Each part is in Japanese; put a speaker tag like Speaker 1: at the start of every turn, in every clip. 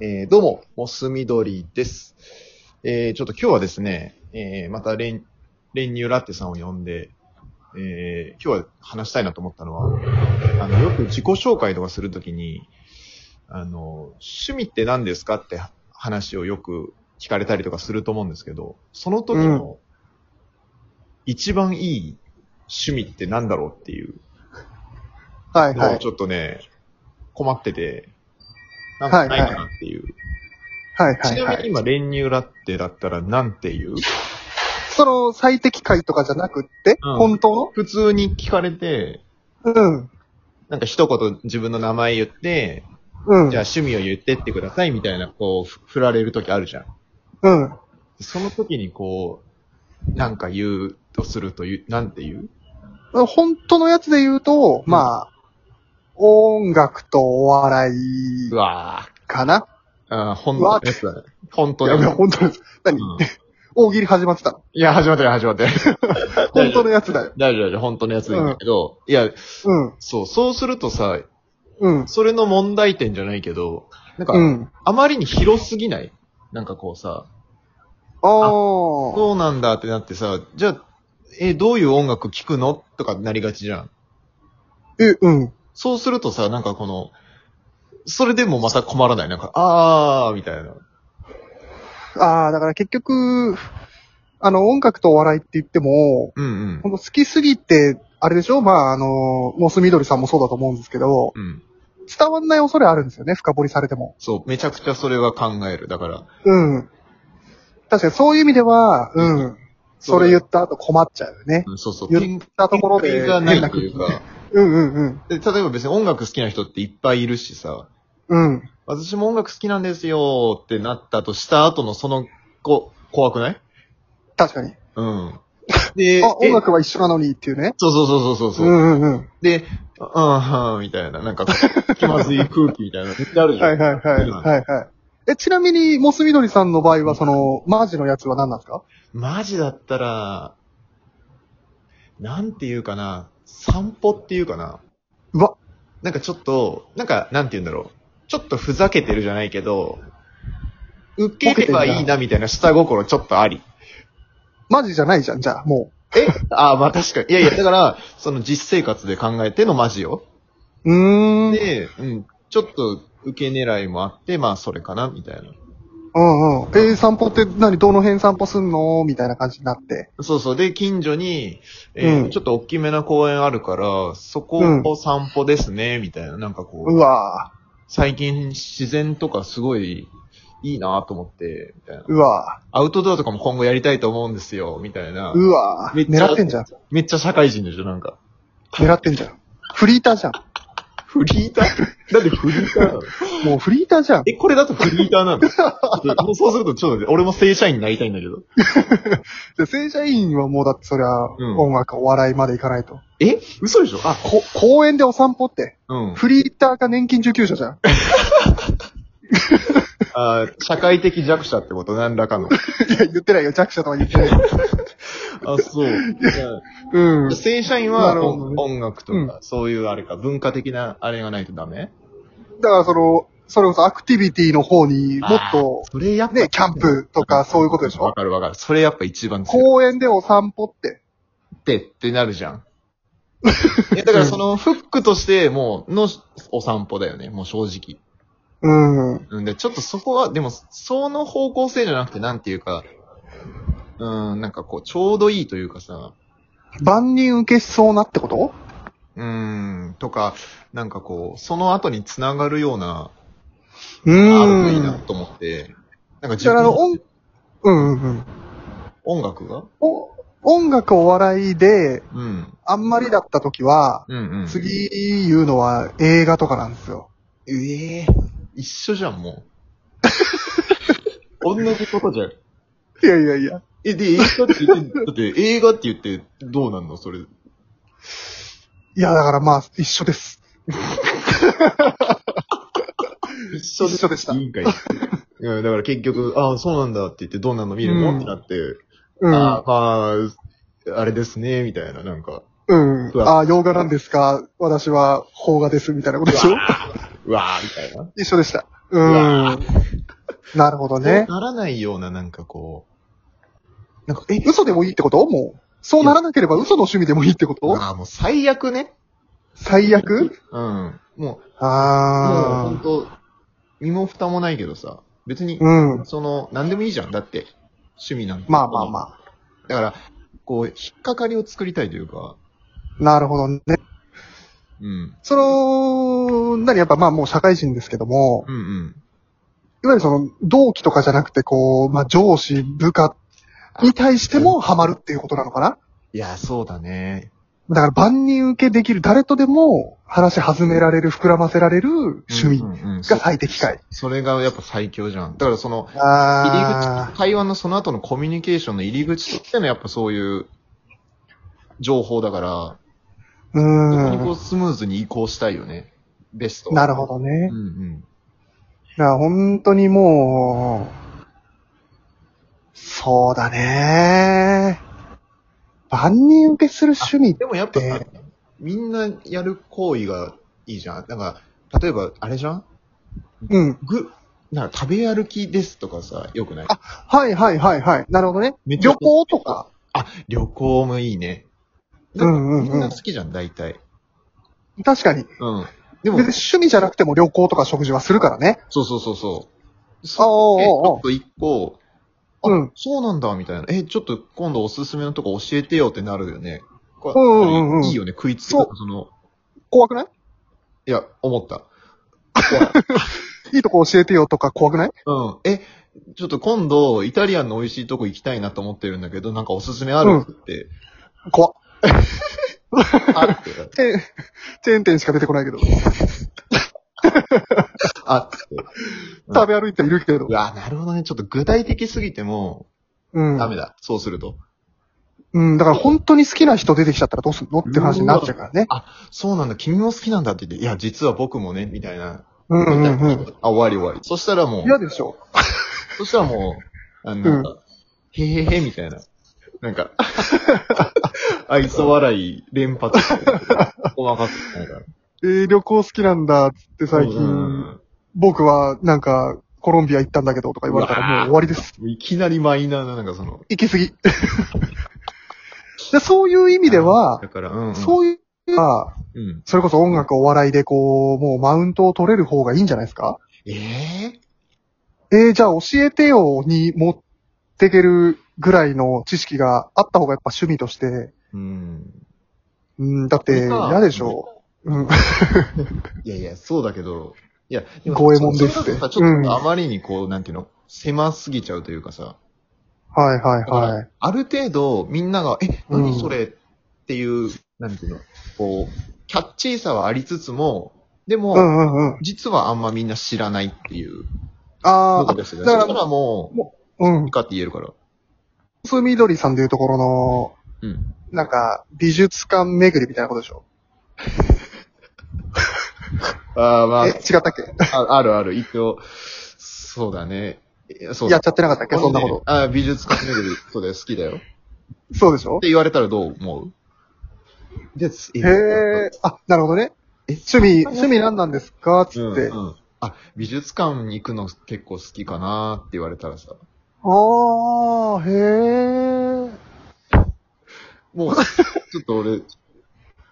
Speaker 1: えーどうも、モスミドリです。えーちょっと今日はですね、えーまた練、練乳ラテさんを呼んで、えー今日は話したいなと思ったのは、あの、よく自己紹介とかするときに、あの、趣味って何ですかって話をよく聞かれたりとかすると思うんですけど、その時の、一番いい趣味って何だろうっていう
Speaker 2: はいは
Speaker 1: のを
Speaker 2: い。
Speaker 1: ちょっとね、困ってて、なんかないかなっていう。
Speaker 2: はいは
Speaker 1: ち
Speaker 2: い、
Speaker 1: な
Speaker 2: は
Speaker 1: みに
Speaker 2: い。
Speaker 1: 今、練乳ラッテだったらなんていう
Speaker 2: その最適解とかじゃなくって、
Speaker 1: うん
Speaker 2: 本当の
Speaker 1: 普通に聞かれて、
Speaker 2: うん。
Speaker 1: なんか一言自分の名前言って、
Speaker 2: うん。
Speaker 1: じゃあ趣味を言ってってくださいみたいな、こう、ふ振られる時あるじゃん。
Speaker 2: うん。
Speaker 1: その時にこう、なんか言うとするという、なんていう
Speaker 2: 本当のやつで言うと、
Speaker 1: うん
Speaker 2: まあ、音楽とお笑いう
Speaker 1: わ
Speaker 2: かな。
Speaker 1: ぁ。あー本当のやつだね。本当
Speaker 2: い
Speaker 1: の
Speaker 2: や、いや
Speaker 1: やつ。
Speaker 2: 本当です。何、
Speaker 1: うん
Speaker 2: 大喜利始まってたの。
Speaker 1: いや、始まってる、始ま ってる。
Speaker 2: 本当のやつだよ。
Speaker 1: 大丈夫、大丈夫、本当のやつでいいんだけど、いや、
Speaker 2: うん。
Speaker 1: そう、そうするとさ、
Speaker 2: うん。
Speaker 1: それの問題点じゃないけど、なんか、
Speaker 2: うん。
Speaker 1: あまりに広すぎないなんかこうさ、
Speaker 2: ああ。
Speaker 1: そうなんだってなってさ、じゃあ、え、どういう音楽聴くのとかなりがちじゃん。
Speaker 2: え、うん。
Speaker 1: そうするとさ、なんかこの、それでもまた困らない。なんか、あー、みたいな。
Speaker 2: ああ、だから結局、あの、音楽とお笑いって言っても、
Speaker 1: うんうん。
Speaker 2: 本当好きすぎて、あれでしょまあ、あの、モスみどりさんもそうだと思うんですけど、
Speaker 1: うん。
Speaker 2: 伝わんない恐れあるんですよね、深掘りされても。
Speaker 1: そう、めちゃくちゃそれは考える。だから、
Speaker 2: うん。確かにそういう意味では、うん。それ言った後困っちゃうよね。
Speaker 1: うんそうそう。
Speaker 2: 言ったところで
Speaker 1: ピンクがないというか。
Speaker 2: うんうん
Speaker 1: で、例えば別に音楽好きな人っていっぱいいるしさ、
Speaker 2: うん。うん。
Speaker 1: 私も音楽好きなんですよーってなったとした後のその子、怖くない
Speaker 2: 確かに。
Speaker 1: うん。で、
Speaker 2: あ、
Speaker 1: え
Speaker 2: 音楽は一緒なのにっていうね。
Speaker 1: そうそうそうそうそうう。うん
Speaker 2: うんうん。
Speaker 1: で、あうん、みたいな、なんか、気まずい空気みたいな、 絶対あるじゃん。
Speaker 2: はいはいはい。
Speaker 1: うん
Speaker 2: はいはい。え、ちなみに、モスみどりさんの場合は、その、マジのやつは何なんですか
Speaker 1: マジだったら、なんていうかな、散歩っていうかな。
Speaker 2: うわ。
Speaker 1: なんかちょっと、なんか、なんて言うんだろう。ちょっとふざけてるじゃないけど、受ければいいなみたいな下心ちょっとあり。
Speaker 2: マジじゃないじゃん、じゃあ、も
Speaker 1: えああ、まあ確かに。いやいや、だから、その実生活で考えてのマジよ。
Speaker 2: う。うーん。
Speaker 1: で、うん、ちょっと受け狙いもあって、まあそれかな、みたいな。
Speaker 2: うんうん。えー散歩って何どの辺散歩すんのみたいな感じになって。
Speaker 1: そうそう。で、近所に、えー
Speaker 2: うん
Speaker 1: ちょっと大きめな公園あるから、そこを散歩ですね、みたいな。なんかこう、
Speaker 2: うわぁ。
Speaker 1: 最近自然とかすごいいいなと思って、みたいな。
Speaker 2: うわ
Speaker 1: アウトドアとかも今後やりたいと思うんですよ、みたいな
Speaker 2: ぁ。。うわ
Speaker 1: めっ
Speaker 2: ぁ。
Speaker 1: ちゃ
Speaker 2: 狙ってんじゃん。
Speaker 1: めっちゃ社会人でしょ、なんか。
Speaker 2: 狙ってんじゃん。フリーターじゃん。
Speaker 1: フリーター だってフリーターなの
Speaker 2: もうフリーターじゃん。
Speaker 1: え、これだとフリーターなのちょ っともうそうするとちょっと待って俺も正社員になりたいんだけど。
Speaker 2: で、正社員はもうだってそりゃ、
Speaker 1: ん
Speaker 2: 音楽、お笑いまでいかないと。
Speaker 1: え嘘でしょあ、
Speaker 2: こ、公園でお散歩って、
Speaker 1: うん。
Speaker 2: フリーターか年金受給者じゃん。
Speaker 1: あー社会的弱者ってこと、何ら かの。
Speaker 2: いや、言ってないよ、弱者とは言ってない。
Speaker 1: あ、そう。
Speaker 2: うん。
Speaker 1: 正社員
Speaker 2: な
Speaker 1: は
Speaker 2: るほど
Speaker 1: 音
Speaker 2: ね
Speaker 1: 音楽とか、そういうあれか、文化的なあれがないとダメ
Speaker 2: だからその、それこそアクティビティの方にもっと
Speaker 1: あー、それやっぱ
Speaker 2: ね、キャンプとかそういうことでし
Speaker 1: わ
Speaker 2: ょ
Speaker 1: かるわかる。それやっぱ一番強
Speaker 2: 公園でお散歩って。
Speaker 1: くてってなるじゃ ん。えだからそのフックとしてもうのお散歩だよね、もう正
Speaker 2: うん。
Speaker 1: 直。うんで、ちょっとそこは、でも、その方向性じゃなくて、なんていうか、うん、なんかこう、ちょうどいいというかさ、
Speaker 2: 万人受けしそうなってこと
Speaker 1: うん、とか、なんかこう、その後につながるような、
Speaker 2: う
Speaker 1: あるといい
Speaker 2: ん。
Speaker 1: な
Speaker 2: だ
Speaker 1: と思って、なんか自
Speaker 2: か
Speaker 1: 分
Speaker 2: ら、
Speaker 1: の
Speaker 2: 音、うんうんうん。
Speaker 1: 音楽が
Speaker 2: お音楽、お笑いで、
Speaker 1: うん。
Speaker 2: あんまりだった時は、
Speaker 1: うんうん。
Speaker 2: 次言うのは映画とかなんですよ。
Speaker 1: ええ一緒じゃん、もう。同じことじゃん。
Speaker 2: いやいやいや。
Speaker 1: え、で、映画って言って、だって映画って言ってどうなんのそれ。
Speaker 2: いや、だからまあ、一緒です。
Speaker 1: 一
Speaker 2: 一緒でした
Speaker 1: いいんかい。うん、だから結局、ああ、そうなんだって言ってどうなんの見るの、
Speaker 2: うん
Speaker 1: ってなって、
Speaker 2: うん。
Speaker 1: ああ、まあ、あれですね、みたいな、なんか。
Speaker 2: うん
Speaker 1: う。わ
Speaker 2: ああ、洋画なんですか私は邦画です、みたいなことでしょ
Speaker 1: うわあ、みたいな。
Speaker 2: 一緒でした。う
Speaker 1: わ
Speaker 2: ん。なるほどね。
Speaker 1: ならないような、なんかこう、なんか、え、
Speaker 2: 嘘でもいいってこともう。そうならなければ嘘の趣味でもいいってこと
Speaker 1: ああ、もう最悪ね。
Speaker 2: 最悪
Speaker 1: うん。もう、もう
Speaker 2: あ
Speaker 1: 本当身も蓋もないけどさ、別に
Speaker 2: あ。、うん。
Speaker 1: その、なんでもいいじゃん。だって、趣味なんて。
Speaker 2: まあまあまあ。
Speaker 1: あ。だから、こう、引っかかりを作りたいというか、
Speaker 2: なるほどね。
Speaker 1: うん。
Speaker 2: その、なにやっぱまあもう社会人ですけども、
Speaker 1: うんうん。
Speaker 2: いわゆるその同期とかじゃなくてこう、まあ上司、部下に対してもハマるっていうことなのかない
Speaker 1: や、そうだね。
Speaker 2: だから万人受けできる誰とでも話弾められる、膨らませられる趣味
Speaker 1: うんうんうん
Speaker 2: が最適解。
Speaker 1: それがやっぱ最強じゃん。だからその、入り
Speaker 2: あ
Speaker 1: 口、会話のその後のコミュニケーションの入り口としてのやっぱそういう情報だから、
Speaker 2: ー。
Speaker 1: そこにこ
Speaker 2: う
Speaker 1: うスムーズに移行したいよね。ベスト。
Speaker 2: ん。なるほどね
Speaker 1: う。んうん。
Speaker 2: だから本当にもう、そうだね。万人受けする趣味。
Speaker 1: でもやっぱさ
Speaker 2: え
Speaker 1: みんなやる行為がいいじゃん。なんか、例えば、あれじゃん
Speaker 2: うん。
Speaker 1: ぐ、なんか食べ歩きですとかさ、よくない
Speaker 2: あはいはいはいはい。なるほどね。
Speaker 1: めっちゃ
Speaker 2: 旅行とか。
Speaker 1: あ、旅行もいいね。
Speaker 2: うんうんうん
Speaker 1: みんな好きじゃん、大体。
Speaker 2: 確かに。
Speaker 1: うん。でも
Speaker 2: 別に、趣味じゃなくても旅行とか食事はするからね。
Speaker 1: そうそうそうそう。
Speaker 2: あ
Speaker 1: そうちょ
Speaker 2: あ
Speaker 1: っと一個、あ、
Speaker 2: うん
Speaker 1: そうなんだ、みたいな。え、ちょっと今度おすすめのとこ教えてよってなるよね。これ
Speaker 2: うんうんうんうん
Speaker 1: いいよね、食いつきとか、その、
Speaker 2: 怖くない
Speaker 1: いや、思った。
Speaker 2: いいとこ教えてよとか怖くない
Speaker 1: うん。え、ちょっと今度、イタリアンの美味しいとこ行きたいなと思ってるんだけど、なんかおすすめあるって、
Speaker 2: 怖っ。
Speaker 1: あるって。
Speaker 2: チェーン、チェーン店しか出てこないけど。
Speaker 1: あって。
Speaker 2: 食べ歩いてはいるけど
Speaker 1: う。わ、なるほどね。ちょっと具体的すぎても、
Speaker 2: うん。
Speaker 1: ダメだ。そうすると。
Speaker 2: うん。だから本当に好きな人出てきちゃったらどうすんのって話になっちゃうからね。
Speaker 1: そうなんだ、君も好きなんだって言って、いや、実は僕もね、みたいな。
Speaker 2: うんうんうん。
Speaker 1: あ、終わり終わり。そしたらもう、
Speaker 2: 嫌でしょ。
Speaker 1: そしたらもう、あの、なんかへへへみたいな。なんか、 愛想笑い連発してる。細かくてなんか。
Speaker 2: えー、旅行好きなんだっつって最
Speaker 1: うん
Speaker 2: 近、僕はなんか、コロンビア行ったんだけどとか言われたらもう終わりです。
Speaker 1: もういきなりマイナーな、なんかその。
Speaker 2: 行き過ぎ。 でそういう意味では、
Speaker 1: だから、うん、うん。
Speaker 2: そういう意味では、
Speaker 1: うん。
Speaker 2: それこそ音楽お笑いでこう、もうマウントを取れる方がいいんじゃないですか
Speaker 1: ええ
Speaker 2: えー、じゃあ教えてよに持ってけるぐらいの知識があった方がやっぱ趣味として、
Speaker 1: うん。
Speaker 2: うん、だって嫌でしょうん。
Speaker 1: いやいや、そうだけど、いや、
Speaker 2: 五右衛門です
Speaker 1: そ
Speaker 2: っ
Speaker 1: れ
Speaker 2: て
Speaker 1: だとさちょっ
Speaker 2: うん
Speaker 1: とあまりにこう、なんていうの、狭すぎちゃうというかさ、
Speaker 2: はいはいはい。
Speaker 1: ある程度みんなが、え、
Speaker 2: うん
Speaker 1: 何それっていう、なんていうの、こう、キャッチーさはありつつも、でも、
Speaker 2: うんうんうん。
Speaker 1: 実はあんまみんな知らないっていう
Speaker 2: あ
Speaker 1: こと
Speaker 2: あ、
Speaker 1: ですよね。
Speaker 2: だから
Speaker 1: そしたらも
Speaker 2: うん
Speaker 1: う、いい。かって言えるから。
Speaker 2: すみどりさんでいうところの、
Speaker 1: うん。
Speaker 2: なんか、美術館巡りみたいなことでしょ
Speaker 1: ああ、ま
Speaker 2: え、違ったっけ
Speaker 1: あ、ああるある、一応、そうだね。いやそうだ
Speaker 2: やっちゃってなかったっけそんなこ
Speaker 1: ああ、美術館巡り、そうだよ、好きだよ。
Speaker 2: と。そうでしょ
Speaker 1: って言われたらどう思うで、え
Speaker 2: へえ、あ、なるほどね。
Speaker 1: え
Speaker 2: 趣味、趣味何なんですかつって。
Speaker 1: うんうんあ、美術館に行くの結構好きかなって言われたらさ。
Speaker 2: ああ、へえ。
Speaker 1: もう、 ちょっと俺、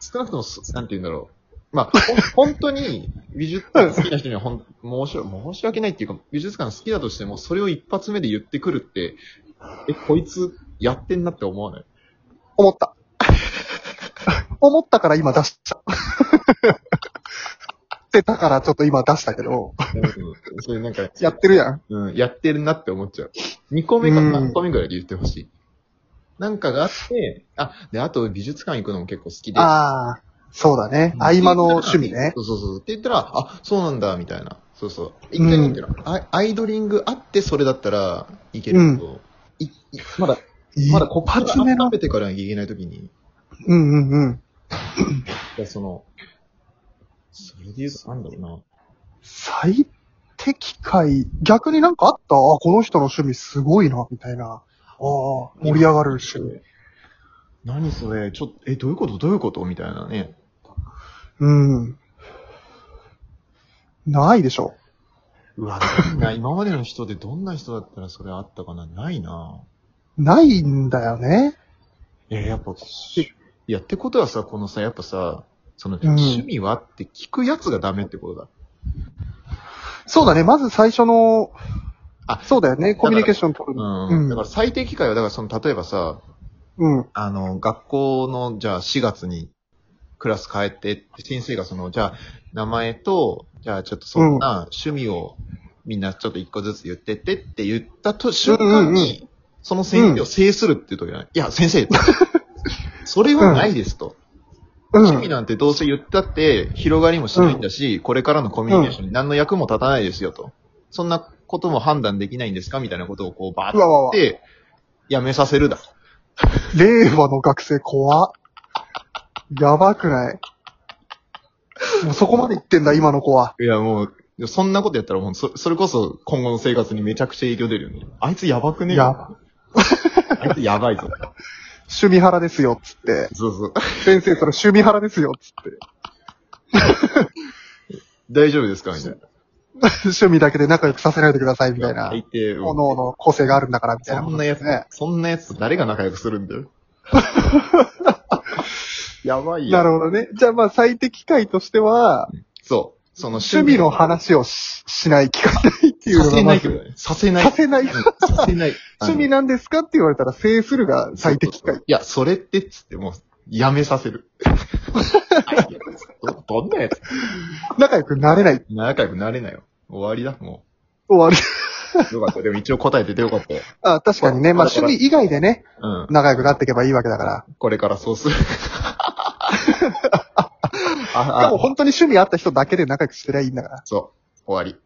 Speaker 1: 少なくともそ、なんて言うんだろう。まあ、ほん本当に美術館好きな人にはほん、申し訳申し訳ないっていうか、美術館好きだとしても、それを一発目で言ってくるって、え、こいつやってんなって思わない
Speaker 2: 思った。 思ったから今出しちゃう。ってたからちょっと今出したけど、
Speaker 1: うんそれなんか、
Speaker 2: やってるやん。
Speaker 1: うん、やってるなって思っちゃう。2個目か
Speaker 2: うん
Speaker 1: 3個目ぐらいで言ってほしい。なんかがあって、あ、で、あと美術館行くのも結構好きで。
Speaker 2: ああ、そうだね。合間の趣味ね。
Speaker 1: そうそうそう。って言ったら、あ、そうなんだ、みたいな。そうそう。一回なんていうの、アアイドリングあってそれだったらいけるけど、いいまだ、まだここから
Speaker 2: 一発目の
Speaker 1: 食べてからいけないときに、
Speaker 2: うんうんうん。
Speaker 1: いやその、それで言うと、なんだろうな。
Speaker 2: 最適解。逆になんかあったあこの人の趣味すごいな、みたいな。ああ、盛り上がる趣味。
Speaker 1: 何それ、ちょっと、え、どういうことどういうことみたいなね。
Speaker 2: うん。ないでしょ。
Speaker 1: うわ、ないな。今までの人でどんな人だったらそれあったかなないな。
Speaker 2: ないんだよね。
Speaker 1: いや、やっぱ、いや、ってことはさ、このさ、やっぱさ、その、
Speaker 2: ん
Speaker 1: 趣味はって聞くやつがダメってことだ。
Speaker 2: そうだね。まず最初の、
Speaker 1: あ
Speaker 2: そうだよね。
Speaker 1: だから
Speaker 2: コミュニケーション取るの。
Speaker 1: うん。だから最低機会は、だからその、例えばさ、
Speaker 2: うん。
Speaker 1: あの、学校の、じゃあ4月にクラス変えてって、先生がその、じゃあ名前と、じゃあちょっとそんな趣味をみんなちょっと一個ずつ言ってってって言ったと瞬間に、その先生を制するっていう時じゃない。いや、先 生、それはないですと。
Speaker 2: うん。
Speaker 1: 趣味なんてどうせ言ったって広がりもしないんだし、これからのコミュニケーションに何の役も立たないですよと。そんなことも判断できないんですかみたいなことをこうバ
Speaker 2: うわうわう
Speaker 1: ー
Speaker 2: わ
Speaker 1: ってやめさせるだ。
Speaker 2: 令和の学生怖っやばくないもうそこまで言ってんだ、今の子は。
Speaker 1: いや、もう、そんなことやったらもう、そそれこそ今後の生活にめちゃくちゃ影響出るよね。あいつやばくね
Speaker 2: やば。
Speaker 1: あいつやばいぞ。
Speaker 2: 趣味腹ですよ、つって。
Speaker 1: そうそう。
Speaker 2: 先生、それ趣味腹ですよ、つって。
Speaker 1: 大丈夫ですかみたいな。
Speaker 2: 趣味だけで仲良くさせないでください、みたいな。
Speaker 1: 相手を
Speaker 2: 各々の個性があるんだから、みたいな
Speaker 1: そ
Speaker 2: こ
Speaker 1: ん
Speaker 2: と
Speaker 1: な
Speaker 2: で
Speaker 1: や
Speaker 2: す
Speaker 1: つ、
Speaker 2: ね。
Speaker 1: そんなやつ誰が仲良くするん だよ。やばいよ。
Speaker 2: なるほどね。じゃあまあ最適解としては、
Speaker 1: そう。その
Speaker 2: 趣味の話をししない、聞かないっていう
Speaker 1: さ
Speaker 2: の
Speaker 1: せ
Speaker 2: が
Speaker 1: な
Speaker 2: ま
Speaker 1: いけ
Speaker 2: ず。
Speaker 1: どね。させない。
Speaker 2: させない。
Speaker 1: うんさせない。
Speaker 2: 趣味
Speaker 1: の
Speaker 2: なんですかって言われたら制するが最適解。。
Speaker 1: いや、それってっつってもう、やめさせる。 どどんなやつ
Speaker 2: 仲良くなれない。
Speaker 1: 仲良くなれないよ。終わりだ、もう。
Speaker 2: 終わる。
Speaker 1: よかった。でも一応答えててよかったよ。
Speaker 2: あ、確かにね。まあ
Speaker 1: そう
Speaker 2: 趣
Speaker 1: だから
Speaker 2: 味以外でね、
Speaker 1: うん。
Speaker 2: 仲良くなっていけばいいわけだから。
Speaker 1: これからそうす る。
Speaker 2: で
Speaker 1: あ、
Speaker 2: も
Speaker 1: あ、
Speaker 2: 本当に趣味あった人だけで仲良くしてりゃいいんだから。
Speaker 1: そう。終わり。